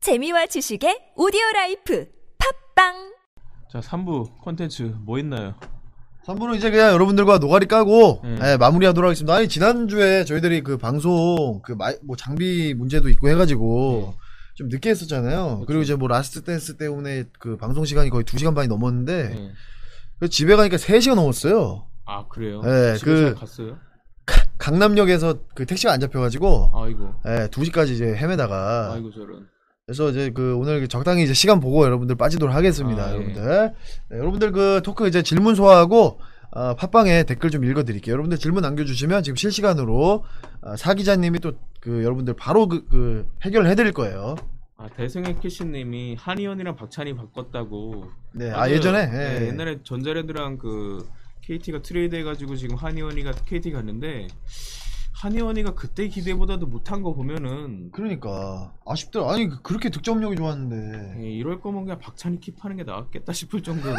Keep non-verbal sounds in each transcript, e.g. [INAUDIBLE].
재미와 지식의 오디오 라이프 팝빵 자, 3부 콘텐츠 뭐 있나요? 3부는 이제 그냥 여러분들과 노가리 까고 음. 예, 마무리하도록 하겠습니다. 아니 지난주에 저희들이 그 방송 그 뭐 장비 문제도 있고 음. 해가지고 좀 늦게 했었잖아요. 그리고 이제 뭐 라스트 댄스 때문에 그 방송 시간이 거의 2시간 반이 넘었는데 네. 그래서 집에 가니까 3시간 넘었어요. 아, 그래요? 네, 집에 그- 잘 갔어요? 강남역에서 그 택시가 안 잡혀가지고 아이고. 예, 2시까지 이제 헤매다가 아이고 저런. 그래서 이제 그 오늘 적당히 이제 시간 보고 여러분들 빠지도록 하겠습니다. 아, 예. 여러분들. 네, 여러분들 그 토크 이제 질문 소화하고 어, 팟빵에 댓글 좀 읽어드릴게요. 여러분들 질문 남겨주시면 지금 실시간으로 어, 사 기자님이 또 그 여러분들 바로 그, 그 해결을 해드릴 거예요. 아, 대승의 캐시 님이 한의원이랑 박찬이 바꿨다고. 네, 아 맞아요. 예전에 네, 예. 옛날에 전자레드랑 그 KT가 트레이드 해 가지고 지금 한의원이가 KT 갔는데 한의원이가 그때 기대보다도 못한 거 보면은 그러니까 아쉽더라. 아니 그- 그렇게 득점력이 좋았는데. 예, 이럴 거면 그냥 박찬이 킵하는 게 나았겠다 싶을 [LAUGHS] 정도로.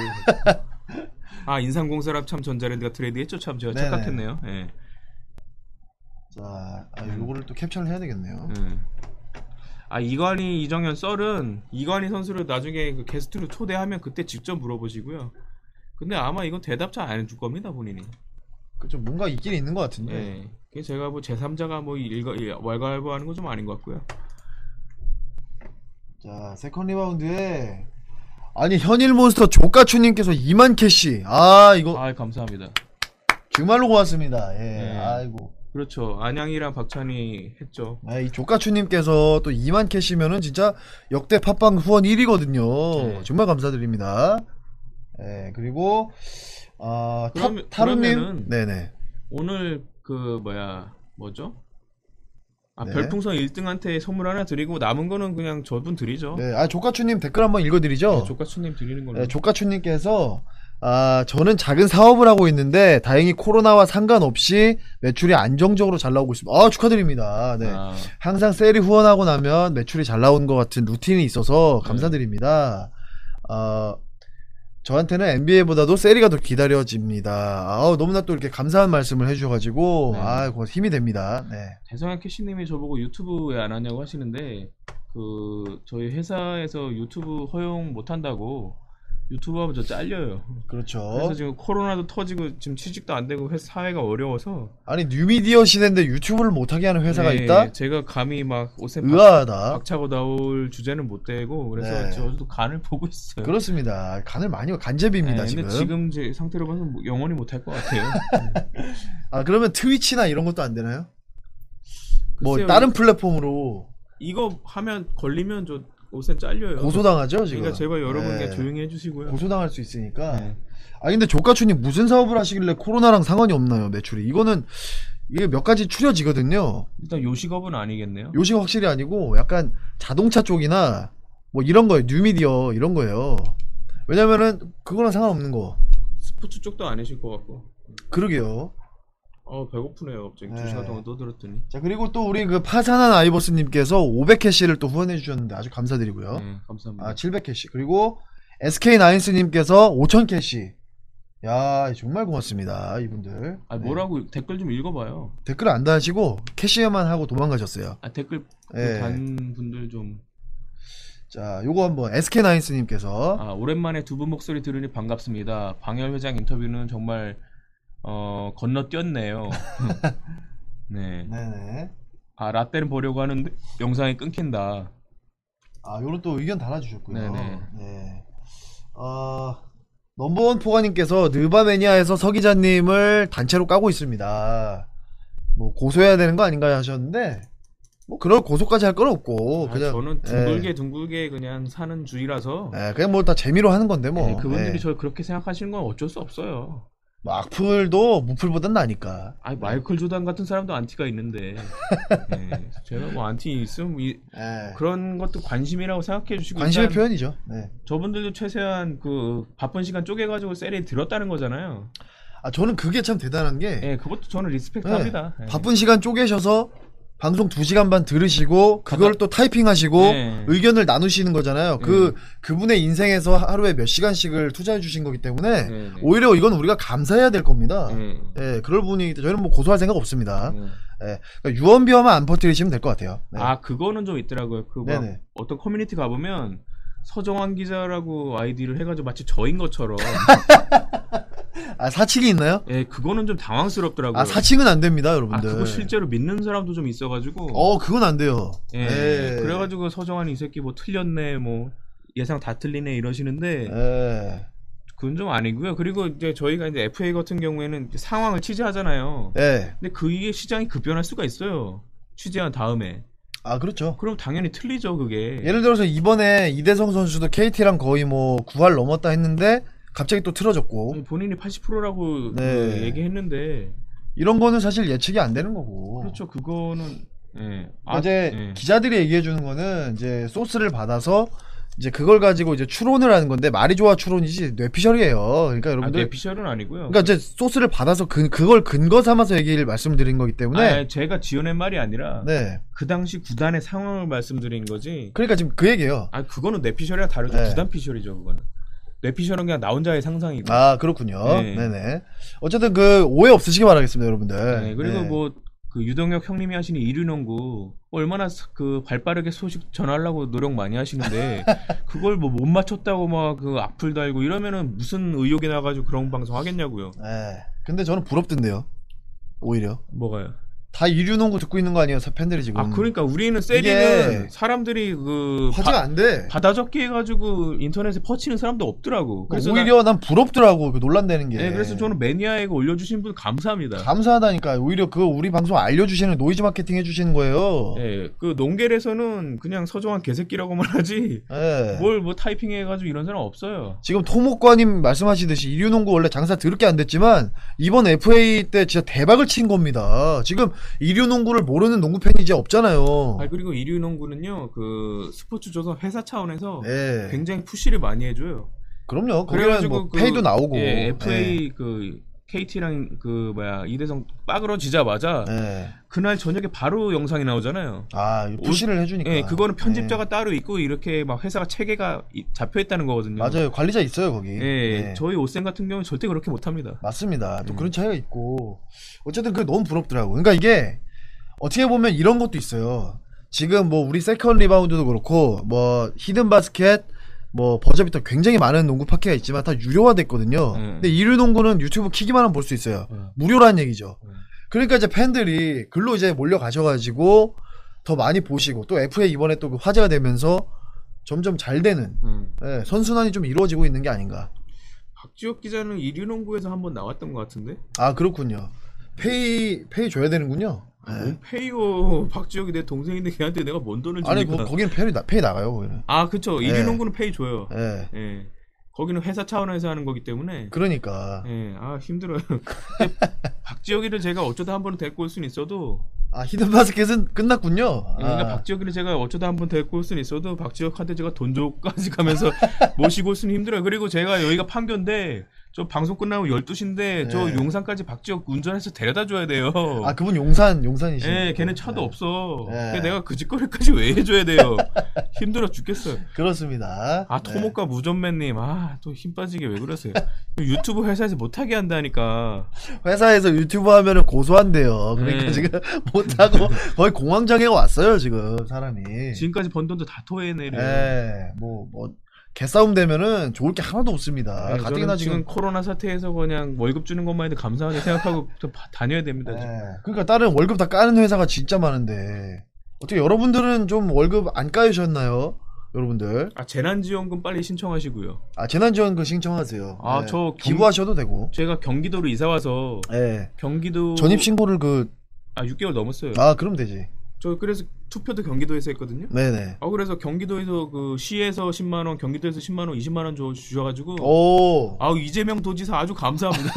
아, 인삼공사랑 참 전자레드가 트레이드했죠. 참 제가 네네. 착각했네요. 예. 자, 아, 요거를 또 캡처를 해야 되겠네요. 음. 아 이관희 이정현 썰은 이관희 선수를 나중에 그 게스트로 초대하면 그때 직접 물어보시고요. 근데 아마 이건 대답 잘 안 해줄 겁니다 본인이. 그 좀 뭔가 있긴 있는 것 같은데. 예. 그게 제가 뭐 제3자가 뭐 일가 예, 왈가왈부하는 건 좀 아닌 것 같고요. 자, 세컨 리바운드에 아니 현일 몬스터 조카추님께서 2만 캐시. 아 이거 아 감사합니다. 정말로 고맙습니다. 예. 네. 아이고. 그렇죠. 안양이랑 박찬희 했죠. 아, 이 조카추님께서 또 2만 캐시면은 진짜 역대 팟빵 후원 1위거든요. 네. 정말 감사드립니다. 예, 그리고, 아, 타- 그러면- 타루님. 그러면은- 네네. 오늘 그 뭐야 뭐죠? 아 네. 별풍선 1등한테 선물 하나 드리고 남은 거는 그냥 저분 드리죠. 네, 아, 조카추님 댓글 한번 읽어드리죠. 네, 조카추님 드리는 걸로. 네, 조카추님께서 아, 저는 작은 사업을 하고 있는데 다행히 코로나와 상관없이 매출이 안정적으로 잘 나오고 있습니다. 아, 축하드립니다. 네. 아, 항상 셀이 후원하고 나면 매출이 잘 나온 것 같은 루틴이 있어서 감사드립니다. 어, 저한테는 NBA보다도 세리가 더 기다려집니다. 아우, 너무나 또 이렇게 감사한 말씀을 해주셔가지고, 네. 아, 그거 힘이 됩니다. 네. 대성한 캐시님이 저보고 유튜브 왜 안 하냐고 하시는데 그 저희 회사에서 유튜브 허용 못 한다고 유튜브 하면 저 잘려요. 그렇죠. 그래서 지금 코로나도 터지고 지금 취직도 안 되고 회사 사회가 어려워서 아니, 뉴미디어 시대인데 유튜브를 못하게 하는 회사가 네, 있다? 제가 감히 막 옷에 박, 의아하다. 박차고 나올 주제는 못 되고 그래서 네. 저도 간을 보고 있어요. 그렇습니다. 간을 많이, 간제비입니다, 네, 지금. 근데 지금 제 상태로 봐서 뭐 영원히 못 할 것 같아요. 아, 그러면 트위치나 이런 것도 안 되나요? [LAUGHS] 뭐, 글쎄요, 다른 플랫폼으로 이거 하면 걸리면 저 옷에 잘려요. 고소당하죠, 지금? 그러니까 제발 여러분 네. 그냥 조용히 해주시고요. 고소당할 수 있으니까. 네. 아 근데 조카춘님 무슨 사업을 하시길래 코로나랑 상관이 없나요 매출이 이거는 이게 몇 가지 추려지거든요 일단 요식업은 아니겠네요. 요식 확실히 아니고 약간 자동차 쪽이나 뭐 이런 거예요 뉴미디어 이런 거예요 왜냐면은 그거랑 상관없는 거 스포츠 쪽도 아니실 것 같고. 그러게요 어 배고프네요 갑자기 네. 두 시간 동안 떠들었더니. 자 그리고 또 우리 그 파산한 아이버스님께서 500캐시를 또 후원해 주셨는데 아주 감사드리고요 네, 감사합니다. 아 700캐시 그리고 SK나인스님께서 5000캐시 야 정말 고맙습니다 이분들 아, 네. 뭐라고 댓글 좀 읽어봐요. 댓글 안 다시고 캐시만 하고 도망가셨어요 아 댓글 네. 단 분들 좀. 자, 요거 한번 SK나인스님께서 아 오랜만에 두 분 목소리 들으니 반갑습니다. 방열 회장 인터뷰는 정말 어 [LAUGHS] 건너뛰었네요. 네. 네네. 아 라떼는 보려고 하는데 영상이 끊긴다. 아, 요런 또 의견 달아주셨고요. 네네. 네. 아, 넘버원 포가님께서 느바매니아에서 서 기자님을 단체로 까고 있습니다. 뭐 고소해야 되는 거 아닌가 하셨는데 뭐 그런 고소까지 할 건 없고 아, 그냥 저는 예. 둥글게 둥글게 그냥 사는 주의라서. 예, 그냥 뭐 다 재미로 하는 건데 뭐 예, 그분들이 예. 저를 그렇게 생각하시는 건 어쩔 수 없어요. 뭐 악플도 무플보단 나니까. 아니 마이클 조단 같은 사람도 안티가 [LAUGHS] 있는데 예, 제가 뭐 안티 있으면 이- 예. 그런 것도 관심이라고 생각해 주시고 관심의 그 일단 표현이죠. 네. 저분들도 최대한 그 바쁜 시간 쪼개가지고 세리에 들었다는 거잖아요. 아, 저는 그게 참 대단한 게 예, 그것도 저는 리스펙트 네. 합니다. 예. 바쁜 시간 쪼개셔서 방송 2시간 반 들으시고 그걸 또 타이핑하시고 네. 의견을 나누시는 거잖아요. 네. 그 그분의 인생에서 하루에 몇 시간씩을 투자해 주신 거기 때문에 네, 네. 오히려 이건 우리가 감사해야 될 겁니다. 네, 예. 예, 그럴 분이 저희는 뭐 고소할 생각 없습니다. 예. 예. 그러니까 유언비어만 안 퍼뜨리시면 될 것 같아요. 네. 아 그거는 좀 있더라고요. 그 막 네네. 어떤 커뮤니티 가보면 서정환 기자라고 아이디를 해가지고 마치 저인 [LAUGHS] 것처럼 아, 사칭이 있나요? 예 그거는 좀 당황스럽더라고요. 아, 사칭은 안 됩니다, 아, 여러분들. 그거 실제로 믿는 사람도 좀 있어가지고 어, 그건 안 돼요. 예, 예. 그래가지고 서정환이 이 새끼 뭐 틀렸네 뭐 예상 다 틀리네 이러시는데 예. 그건 좀 아니고요. 그리고 이제 저희가 이제 FA 같은 경우에는 이제 상황을 취재하잖아요. 예. 근데 그게 시장이 급변할 수가 있어요. 취재한 다음에 아, 그렇죠. 그럼 당연히 틀리죠 그게. 예를 들어서 이번에 이대성 선수도 KT랑 거의 뭐 9할 넘었다 했는데 갑자기 또 틀어졌고 아니, 뭐 본인이 80%라고 뭐? 그 네. 얘기했는데 이런 거는 사실 예측이 안 되는 거고. 그렇죠 그거는 예. 아, 어. 어제 예. 기자들이 얘기해 주는 거는 이제 소스를 받아서 이제 그걸 가지고 이제 추론을 하는 건데 말이 좋아 추론이지 뇌피셜이에요. 그러니까 아, 여러분들 뇌피셜은 아니고요. 그러니까 이제 소스를 받아서 그, 그걸 근거 삼아서 얘기를 말씀드린 거기 때문에 아, 제가 지어낸 말이 아니라 네. 그 당시 구단의 상황을 말씀드린 거지. 그러니까 지금 그 얘기예요. 아 그거는 뇌피셜이랑 다르죠. 네. 구단 피셜이죠 그거는. 뇌피셜은 그냥 나 혼자의 상상이고. 아 그렇군요. 네. 네. 네 어쨌든 그 오해 없으시기 바라겠습니다, 여러분들. 네, 그리고 네. 뭐. 그 유동혁 형님이 하시는 일윤농구 얼마나 스- 그 발빠르게 소식 전하려고 노력 많이 하시는데 [LAUGHS] 그걸 뭐 못 맞췄다고 막 그 악플 달고 이러면은 무슨 의혹이 나가지고 그런 방송 하겠냐고요. 네. 근데 저는 부럽던데요. 오히려 뭐가요? 다 이류농구 듣고 있는 거 아니에요, 팬들이 지금. 아 그러니까 우리는 세리는 음. 이게 사람들이 그 화제가 바, 안 돼. 받아 적기 해가지고 인터넷에 퍼치는 사람도 없더라고. 그래서 오히려 난 부럽더라고 그 논란되는 게. 나- 네, 그래서 저는 매니아에게 올려주신 분 감사합니다. 감사하다니까. 오히려 그 우리 방송 알려주시는 노이즈 마케팅 해주시는 거예요. 예, 그 농겔에서는 그냥 서정한 개새끼라고만 [LAUGHS] 하지 예. 뭘 뭐 타이핑 해가지고 이런 사람 없어요. 지금 토목과님 말씀하시듯이 이류농구 원래 장사 드럽게 안 됐지만 이번 FA 때 진짜 대박을 친 겁니다. 지금 이류농구를 모르는 농구 팬이 이제 없잖아요. 아 그리고 일류농구는요 그 스포츠 조선 회사 차원에서 예. 굉장히 푸시를 많이 해줘요. 그럼요. 거기는 그래가지고 뭐 그- 페이도 나오고. 네. 예, FA 그 KT랑 그 뭐야 이대성 빠그러지자마자 예. 예. 그날 저녁에 바로 영상이 나오잖아요. 아 푸시를 해주니까. 예, 그거는 편집자가 예. 따로 있고 이렇게 막 회사가 체계가 이- 잡혀 있다는 거거든요. 맞아요. 관리자 있어요 거기. 예, 예. 저희 옷생 같은 경우는 절대 그렇게 못 합니다. 맞습니다. 또 음. 그런 차이가 있고 어쨌든 그게 너무 부럽더라고. 그러니까 이게 어떻게 보면 이런 것도 있어요. 지금 뭐 우리 세컨 리바운드도 그렇고 뭐 히든 바스켓 뭐 버저비터 굉장히 많은 농구 파케가 있지만 다 유료화됐거든요. 음. 근데 일류 농구는 유튜브 키기만 하면 볼 수 있어요. 무료라는 얘기죠. 음. 그러니까 이제 팬들이 글로 이제 몰려가셔가지고 더 많이 보시고 또 FA 이번에 또그 화제가 되면서 점점 잘 되는 음. 예, 선순환이 좀 이루어지고 있는 게 아닌가. 박지혁 기자는 이류농구에서 한번 나왔던 것 같은데 아 그렇군요. 페이 페이 줘야 되는군요. 뭔 페이오 박지혁이 내 동생인데 걔한테 내가 뭔 돈을 주니까 네. 아니 그뭐 거, 거기는 페이 나 페이 나가요 거기는. 아 그쵸 예. 이류농구는 페이 줘요 예. 예. 거기는 회사 차원에서 하는 거기 때문에 그러니까 예, 아 힘들어요 근데 박지혁이를 제가 어쩌다 한 번은 데리고 올 수는 있어도 아 히든 바스켓은 끝났군요. 예, 그러니까 아, 박지혁이를 제가 어쩌다 한 번 데리고 올 수는 있어도 박지혁한테 제가 돈 줘까지 가면서 [LAUGHS] 모시고 올 수는 힘들어요 그리고 제가 여기가 판교인데 저 방송 끝나면 12시인데 저 예. 용산까지 박지혁 운전해서 데려다 줘야 돼요 아 그분 용산 용산이시. 예, 걔는 차도 없어. 예. 근데 내가 그 짓거리까지 왜 해줘야 돼요? [LAUGHS] 힘들어 죽겠어요. 그렇습니다. 아, 토목과 무전맨님, 아, 또 힘 빠지게 왜 그러세요? 유튜브 회사에서 못하게 한다니까. 네. 회사에서 유튜브 하면은 고소한대요. 그러니까 네. 지금 [LAUGHS] 못 하고 거의 공황장애 왔어요 지금 사람이. 지금까지 번 돈도 다 토해내려. 예. 뭐뭐 개싸움 되면은 좋을 게 하나도 없습니다. 예, 아, 저는 가뜩이나 지금 코로나 사태에서 그냥 월급 주는 것만 해도 감사하게 생각하고 [LAUGHS] 좀 바- 다녀야 됩니다. 예, 지금. 그러니까 다른 월급 다 까는 회사가 진짜 많은데 어떻게 여러분들은 좀 월급 안 까이셨나요? 여러분들 아, 재난지원금 빨리 신청하시고요. 아 재난지원금 신청하세요. 아, 예. 저 경- 기부하셔도 되고. 제가 경기도로 이사 와서 예. 경기도 전입 신고를 그 아 아 6개월 넘었어요. 그럼 되지. 저 그래서 투표도 경기도에서 했거든요. 네네. 아 그래서 경기도에서 그 시에서 10만 원, 경기도에서 10만 원, 20만 원 줘- 주셔가지고 어. 오. 아우 이재명 도지사 아주 [LAUGHS] 감사합니다.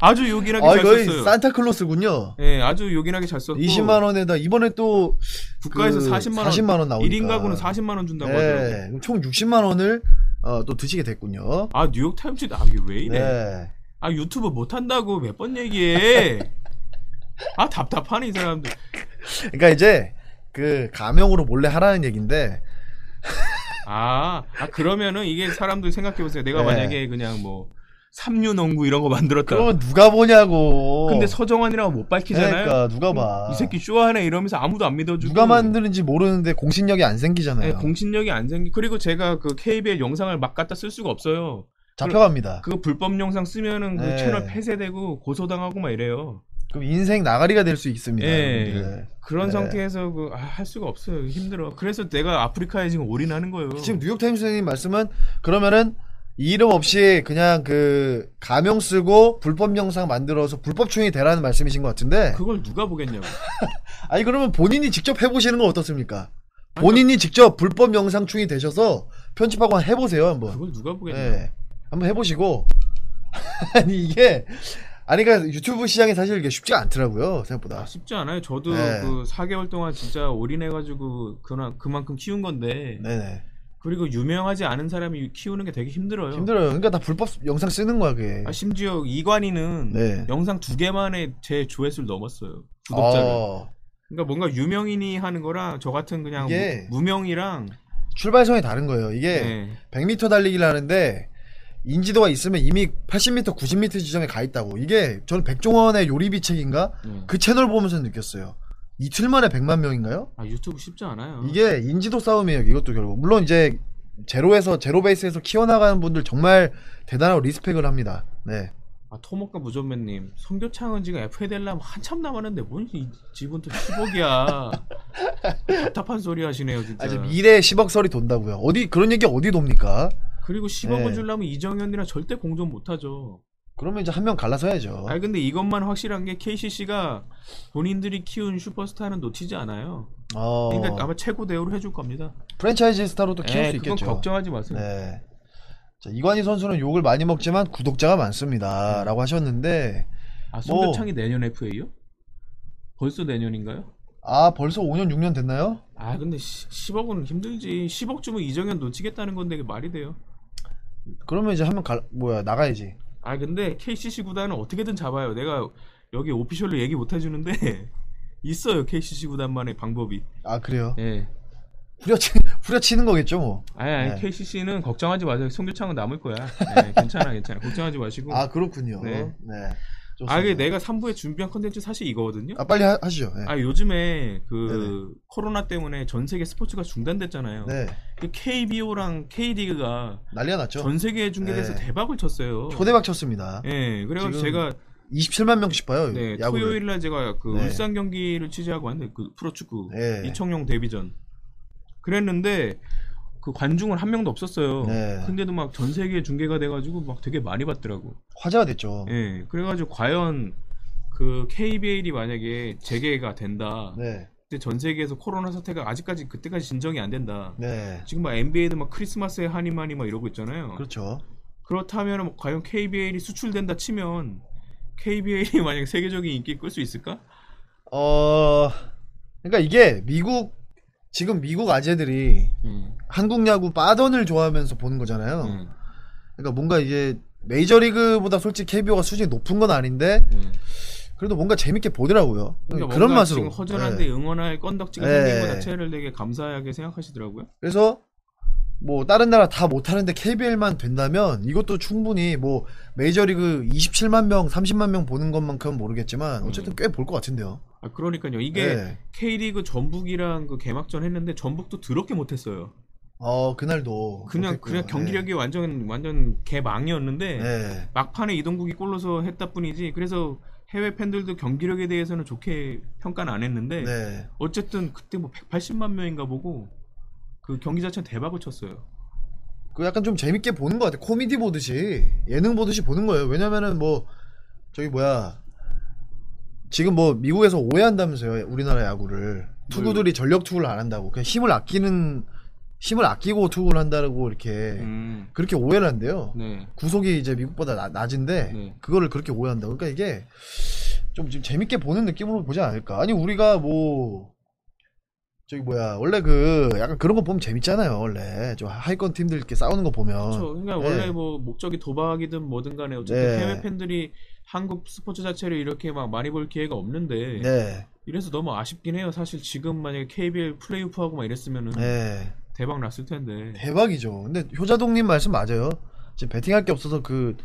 아주 요긴하게 아 잘 거의 썼어요. 산타클로스군요. 예, 아주 요긴하게 잘 썼고 20만 원에다 이번에 또 국가에서 그 40만 원, 40만 원 나오니까. 1인 가구는 40만 원 준다고 하더라고. 예, 총 60만 원을 어, 또 드시게 됐군요. 아 뉴욕 타임즈 아 이게 왜 이래? 네. 아 유튜브 못 한다고 몇 번 얘기해. 아 답답하네 이 사람들. 그러니까 이제 그 가명으로 몰래 하라는 얘긴데 아, 아, 그러면은 이게 사람들 생각해 보세요. 내가 네. 만약에 그냥 뭐 삼류 농구 이런 거 만들었다. 그건 누가 보냐고. 그러니까. 근데 서정환이라고 못 밝히잖아요. 뭐. 그러니까 누가 봐. 음, 이 새끼 쇼하네 이러면서 아무도 안 믿어주고 누가 만드는지 모르는데 공신력이 안 네, 생기잖아요. 공신력이 안 생기 그리고 제가 그 KBL 영상을 막 갖다 쓸 수가 없어요. 잡혀갑니다. 그 불법 영상 쓰면은 그 네. 채널 폐쇄되고 고소당하고 막 이래요. 그럼 인생 나가리가 될 수 있습니다. 예. 여러분들. 그런 네. 상태에서 그, 아, 할 수가 없어요. 힘들어. 그래서 내가 아프리카에 지금 올인하는 거예요. 그 지금 뉴욕타임스 선생님 말씀은 그러면은 이름 없이 그냥 그 가명 쓰고 불법 영상 만들어서 불법충이 되라는 말씀이신 것 같은데 그걸 누가 보겠냐고. 아니 그러면 본인이 직접 해보시는 건 어떻습니까? 본인이 직접 불법 영상충이 되셔서 편집하고 한번 해보세요 한번. 그걸 누가 보겠냐고. 예. 한번 해보시고 [LAUGHS] 아니 이게 아니 그러니까 유튜브 시장이 사실 이게 쉽지 않더라고요 생각보다. 아, 쉽지 않아요. 저도 네. 그 4개월 동안 진짜 올인해가지고 그나, 그만큼 키운 건데 네네. 그리고 유명하지 않은 사람이 키우는 게 되게 힘들어요. 힘들어요. 그러니까 다 불법 영상 쓰는 거야 그게. 아, 심지어 이관희는 네. 영상 두 개만에 제 조회수를 넘었어요. 구독자를. 어, 그러니까 뭔가 유명인이 하는 거랑 저 같은 그냥 이게- 네. 무, 명이랑 출발선이 다른 거예요. 이게 네. 100m 달리기를 하는데 인지도가 있으면 이미 80m, 90m 지점에 가 있다고. 이게 저는 백종원의 요리비 책인가 네. 그 채널 보면서 느꼈어요. 이틀 만에 100만 명인가요? 아 유튜브 쉽지 않아요. 이게 인지도 싸움이에요. 이것도 결국 물론 이제 제로에서 제로 베이스에서 키워나가는 분들 정말 대단하고 리스펙을 합니다. 네. 아, 토목과 무전매님 성교창은 지금 FA 될라면 한참 남았는데 뭔 이- 지금 또 [LAUGHS] 10억이야. 답답한 소리 하시네요 진짜. 아직 미래 10억 설이 돈다고요. 어디 그런 얘기 어디 돕니까? 그리고 10억을 네. 주려면 이정현이랑 절대 공존 못하죠. 그러면 이제 한 명 갈라서야죠. 아니 근데 이것만 확실한 게 KCC가 본인들이 키운 슈퍼스타는 놓치지 않아요. 어, 그러니까 아마 최고 대우를 해줄 겁니다. 프랜차이즈 스타로 또 키울 예, 수 그건 있겠죠. 걱정하지 마세요. 네. 자, 이관희 선수는 욕을 많이 먹지만 구독자가 많습니다. 라고 하셨는데, 아 송교창이 뭐. 내년 FA요? 벌써 내년인가요? 아, 벌써 5년, 6년 됐나요? 아 근데 10억은 힘들지 10억 주면 이정현 놓치겠다는 건데 이게 말이 돼요 그러면 이제 한번 갈, 뭐야, 나가야지. 아 근데 KCC 구단은 어떻게든 잡아요 내가 여기 오피셜로 얘기 못 해주는데 [LAUGHS] 있어요 KCC 구단만의 방법이 아, 그래요? 예 후려치, [LAUGHS] 후려치는 거겠죠, 뭐. 아니 아니 네. KCC는 걱정하지 마세요 송교창은 남을 거야 네, 괜찮아 괜찮아 걱정하지 마시고 아, 아, 그렇군요. 네. 네. 좋습니다. 이게 내가 3부에 준비한 컨텐츠 사실 이거거든요 아, 빨리 하, 시죠 네. 아 요즘에 그 코로나 때문에 전 세계 스포츠가 중단됐잖아요 네. 그 KBO랑 K리그가 난리가 났죠. 전 세계에 중계돼서 그렇죠. 네. 대박을 쳤어요 초대박 쳤습니다. 예, 그래서 지금 제가 27만 명씩 봐요. 네, 야구를. 토요일 날 제가 그 네. 울산 경기를 취재하고 왔는데 그 프로축구 네. 이청용 데뷔전 그랬는데 그 관중은 한 명도 없었어요. 네. 근데도 막 전 세계 중계가 돼가지고 막 되게 많이 봤더라고. 화제가 됐죠. 예, 그래가지고 과연 그 KBL이 만약에 재개가 된다. 네. 근데 전 세계에서 코로나 사태가 아직까지 그때까지 진정이 안 된다. 네. 지금 막 NBA도 막 크리스마스에 한이만이 막 이러고 있잖아요. 그렇죠. 그렇다면 과연 KBL이 수출된다 치면 KBL이 [LAUGHS] 만약 세계적인 인기 끌 수 있을까? 어, 그러니까 이게 미국, 지금 미국 아재들이 한국 야구 빠던을 좋아하면서 보는 거잖아요. 음, 그러니까 뭔가 이게 메이저리그보다 솔직히 KBO가 수준이 높은 건 아닌데 음. 그래도 뭔가 재밌게 보더라고요. 그러니까 그런 뭔가 맛으로. 지금 허전한데 예. 응원할 건덕지가 네. 생긴 것 자체를 되게 감사하게 생각하시더라고요. 그래서 뭐 다른 나라 다 못하는데 KBL만 된다면 이것도 충분히 뭐 메이저리그 27만 명, 30만 명 보는 것만큼 모르겠지만 어쨌든 꽤 볼 것 같은데요. 아, 그러니까요. 음. 이게 예. K리그 전북이랑 그 개막전 했는데 전북도 더럽게 못했어요. 어 그날도 그냥 그렇겠고요. 그냥 경기력이 완전 완전 개망이었는데 예. 예. 막판에 이동국이 골로서 했다 뿐이지. 그래서 해외 팬들도 경기력에 대해서는 좋게 평가는 안 했는데 네. 어쨌든 그때 뭐 180만 명인가 보고 그 경기 자체는 대박을 쳤어요. 그 약간 좀 재밌게 보는 것 같아. 코미디 보듯이 예능 보듯이 보는 거예요. 왜냐면은 뭐 저기 뭐야 지금 뭐 미국에서 오해한다면서요. 우리나라 야구를 투구들이 전력 투구를 안 한다고 그냥 힘을 아끼는 힘을 아끼고 투구를 한다고 이렇게 음. 그렇게 오해를 한대요. 네. 구속이 이제 미국보다 나- 낮은데 네. 그거를 그렇게 오해한다고. 그러니까 이게 좀 지금 재밌게 보는 느낌으로 보지 않을까. 아니 우리가 뭐 저기 뭐야 원래 그 약간 그런 거 보면 재밌잖아요 원래 좀 하위권 팀들 이렇게 싸우는 거 보면 그렇죠. 그러니까 네. 원래 뭐 목적이 도박이든 뭐든 간에 어쨌든 네. 해외 팬들이 한국 스포츠 자체를 이렇게 막 많이 볼 기회가 없는데 네, 이래서 너무 아쉽긴 해요. 사실 지금 만약에 KBL 플레이오프하고 막 이랬으면은 네 대박 났을 텐데. 대박이죠. 근데 효자동님 말씀 맞아요. 지금 베팅할 게 없어서 그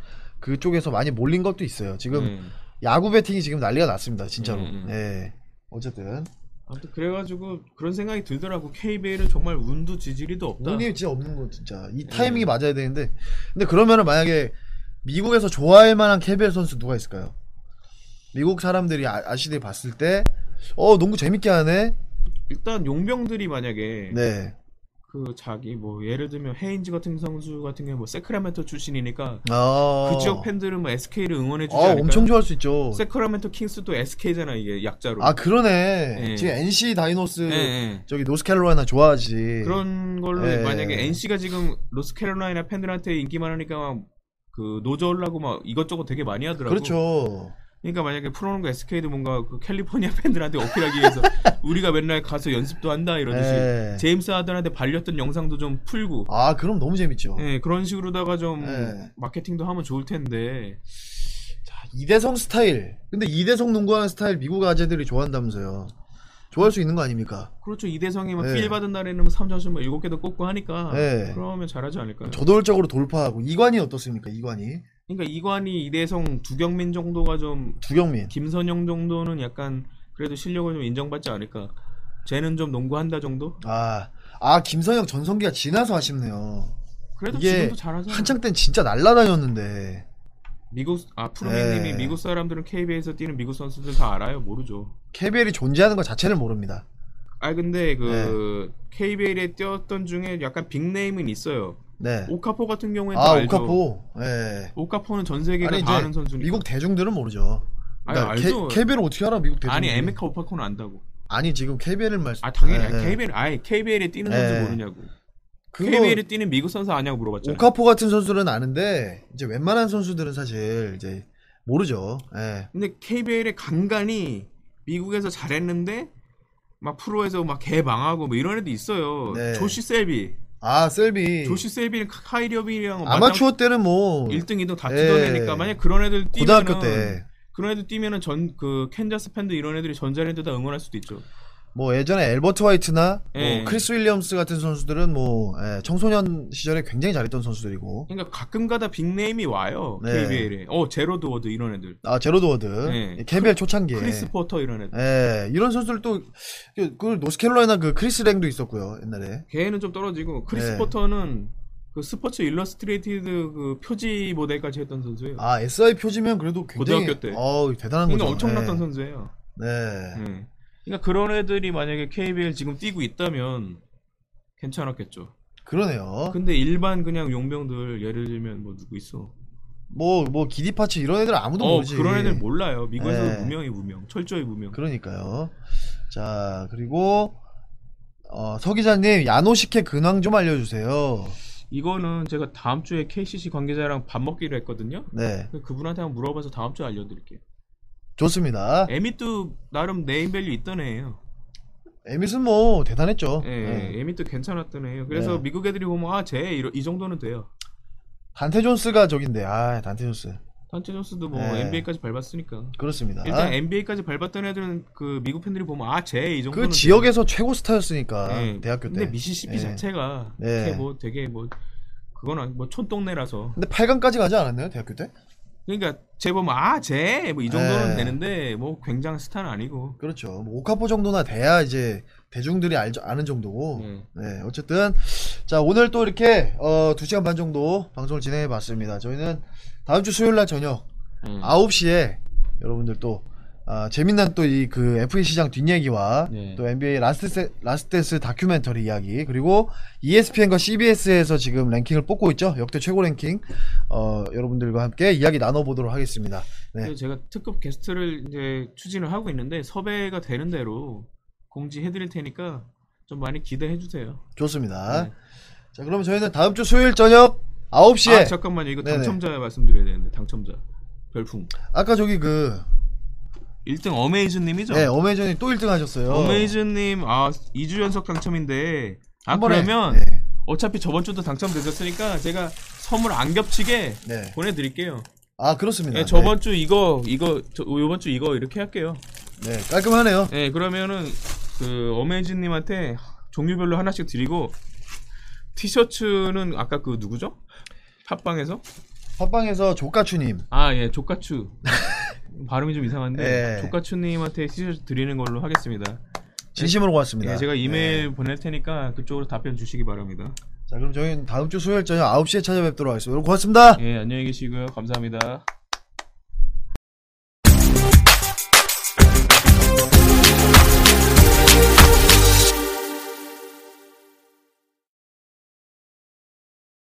그쪽에서 많이 몰린 것도 있어요. 지금 음. 야구 배팅이 지금 난리가 났습니다. 진짜로. 음, 음. 예. 어쨌든 아무튼 그래가지고 그런 생각이 들더라고. KBL은 정말 운도 지지리도 없다. 예. 운이 진짜 없는 거 진짜 이 타이밍이 맞아야 되는데 근데 그러면은 만약에 미국에서 좋아할 만한 KBL 선수 누가 있을까요? 미국 사람들이 아, 아시들 봤을 때 어 농구 재밌게 하네. 일단 용병들이 만약에 네. 그 자기 뭐 예를 들면 헤인즈 같은 선수 같은 경우 뭐 세크라멘토 출신이니까 아. 그 지역 팬들은 뭐 SK를 응원해주지 아, 않을까? 엄청 좋아할 수 있죠. 세크라멘토 킹스도 SK잖아 이게 약자로. 아그 그러네. 예. 지금 NC 다이노스 예, 예. 저기 노스캐롤라이나 좋아하지. 그런 걸로 예. 만약에 NC가 지금 로스캐롤라이나 팬들한테 인기 많으니까 막 그 노저올라고 막 이것저것 되게 많이 하더라고. 그렇죠. 그러니까 만약에 프로농구 SK도 뭔가 그 캘리포니아 [LAUGHS] 팬들한테 어필하기 위해서 우리가 맨날 가서 연습도 한다 이러듯이 예. 제임스 하든한테 발렸던 영상도 좀 풀고 아 그럼 너무 재밌죠. 예, 그런 식으로다가 좀 예. 마케팅도 하면 좋을 텐데 자, 이대성 스타일. 근데 이대성 농구하는 스타일 미국 아재들이 좋아한다면서요. 좋아할 수 있는 거 아닙니까? 그렇죠 이대성이 막 예. 필 받은 날에는 뭐 3점씩 막 7개도 꽂고 하니까 예. 그러면 잘하지 않을까요? 저돌적으로 돌파하고 이관이 어떻습니까? 이관이 그러니까 이관이 이대성 두경민 정도가 좀 두경민 김선영 정도는 약간 그래도 실력을 좀 인정받지 않을까 쟤는 좀 농구한다 정도? 아, 아 김선영 전성기가 지나서 아쉽네요. 그래도 이게 지금도 잘하잖아 한창 땐 진짜 날라다녔는데 미국 아 프로맨님이 예. 미국 사람들은 KB에서 뛰는 미국 선수들 다 알아요 모르죠. KBL이 존재하는 것 자체를 모릅니다. 아 근데 그 KBL에 뛰었던 중에 약간 빅네임은 있어요. 네. 오카포 같은 경우에 아 다 알죠. 오카포. 예. 오카포는 전 세계가 아니, 다 이제 아는 선수니까. 미국 대중들은 모르죠. 아니, 알죠. KBL 어떻게 알아 미국 대중? 아니 에메카 오파코는 안다고. 아니 지금 KBL을 말. 아 당연히 예, 예. KBL 아예 KBL에 뛰는 예. 선수 모르냐고. 그거 KBL에 뛰는 미국 선수 아냐고 물어봤잖아요. 오카포 같은 선수는 아는데 이제 웬만한 선수들은 사실 이제 모르죠. 예. 근데 KBL에 간간히 미국에서 잘했는데 막 프로에서 막 개망하고 뭐 이런 애도 있어요. 네. 조시 셀비. 아 셀비. 조시 셀비는 카- 카이리 어빙이랑 아마추어 때는 뭐 1등, 2등 다 예. 뜯어내니까 만약 그런 애들 뛰면은 고등학교 때. 그런 애들 뛰면은 전 그 캔자스 팬들 이런 애들이 전자랜드 다 응원할 수도 있죠. 뭐 예전에 엘버트 화이트나 뭐 예. 크리스 윌리엄스 같은 선수들은 뭐 예, 청소년 시절에 굉장히 잘했던 선수들이고 그러니까 가끔가다 빅네임이 와요 네. KBL에. 어 제로드 워드 이런 애들. 아 제로드 워드 예. KBL 초창기에 크리스 포터 이런 애들. 예, 이런 선수들 또그 노스캐롤라이나 그 크리스 랭도 있었고요 옛날에 걔는 좀 떨어지고 크리스 네. 포터는 그 스포츠 일러스트레이티드 그 표지 모델까지 했던 선수예요. 아 SI 표지면 그래도 굉장히 고등학교 때. 어우, 대단한 그러니까 거죠 엄청났던 예. 선수예요. 네. 예. 그러니까 그런 애들이 만약에 KBL 지금 뛰고 있다면 괜찮았겠죠. 그러네요 근데 일반 그냥 용병들 예를 들면 뭐 누구 있어? 뭐 뭐 기디파츠 이런 애들 아무도 어, 모르지 그런 애들 몰라요. 미국에서 예. 무명이 무명, 철저히 무명. 그러니까요 자 그리고 어, 서 기자님 야노식의 근황 좀 알려주세요 이거는 제가 다음 주에 KCC 관계자랑 밥 먹기로 했거든요. 네 근데 그분한테 한번 물어봐서 다음 주에 알려드릴게요. 좋습니다 예. 에밋도 나름 네임밸류 있던 애예요. 에밋은 뭐 대단했죠. 예, 예. 에밋도 괜찮았던 애예요. 그래서 네. 미국 애들이 보면 아쟤이 이 정도는 돼요. 단테 존스가 저긴데, 아 단테 존스 단체 존스도 뭐 네. NBA까지 밟았으니까. 그렇습니다. 일단 NBA까지 밟았던 애들은 그 미국 팬들이 보면 아쟤이 이 정도는 그 돼요. 지역에서 최고 스타였으니까 예. 아, 대학교 때. 근데 미시시피 예. 자체가 네. 이렇게 뭐 되게 뭐 그건 아니- 뭐 촌동네라서 근데 8강까지 가지 않았나요 대학교 때? 그러니까 쟤 보면 아쟤 뭐 이 정도는 네. 되는데 뭐 굉장한 스타는 아니고 그렇죠. 뭐 오카포 정도나 돼야 이제 대중들이 알, 아는 정도고. 네. 네. 어쨌든 자 오늘 또 이렇게 어, 2 시간 반 정도 방송을 진행해 봤습니다. 저희는 다음 주 수요일 날 저녁 음. 아, 9시에 여러분들 또 아, 재밌는 또 이 그 FA 시장 뒷얘기와 네. 또 NBA 라스트 세- 라스트 댄스 다큐멘터리 이야기 그리고 E ESPN과 CBS에서 지금 랭킹을 뽑고 있죠 역대 최고 랭킹 어, 여러분들과 함께 이야기 나눠보도록 하겠습니다. 네. 그래서 제가 특급 게스트를 이제 추진을 하고 있는데 섭외가 되는 대로 공지해 드릴 테니까 좀 많이 기대해 주세요. 좋습니다. 네. 자 그러면 저희는 다음 주 수요일 저녁 9시에 아 잠깐만요. 이거 네네. 당첨자 말씀드려야 되는데 당첨자 별풍 아까 저기 그 1등 어메이준 님이죠? 네, 어메이전이 또 1등 하셨어요. 어메이준 님아 2주 연속 당첨인데 아 한 번에, 그러면 네, 어차피 저번 주도 당첨되셨으니까 제가 선물 안 겹치게 네. 보내 드릴게요. 아 그렇습니다. 예, 저번 주 이거 이거 저, 요번 주 이거 이렇게 할게요. 네, 네, 깔끔하네요. 예, 그러면은 그 어메이진님한테 종류별로 하나씩 드리고 티셔츠는 아까 그 누구죠? 팟빵에서 팟빵에서 조카추님 아, 예, [LAUGHS] 조카추. 발음이 좀 이상한데 예. 조카추님한테 티셔츠 드리는 걸로 하겠습니다. 진심으로 고맙습니다. 예, 제가 네. 이메일 보낼 테니까 그쪽으로 답변 주시기 바랍니다. 자 그럼 저희는 다음 주 수요일 저녁 9시에 찾아뵙도록 하겠습니다. 여러분 고맙습니다. 예, 안녕히 계시고요. 감사합니다.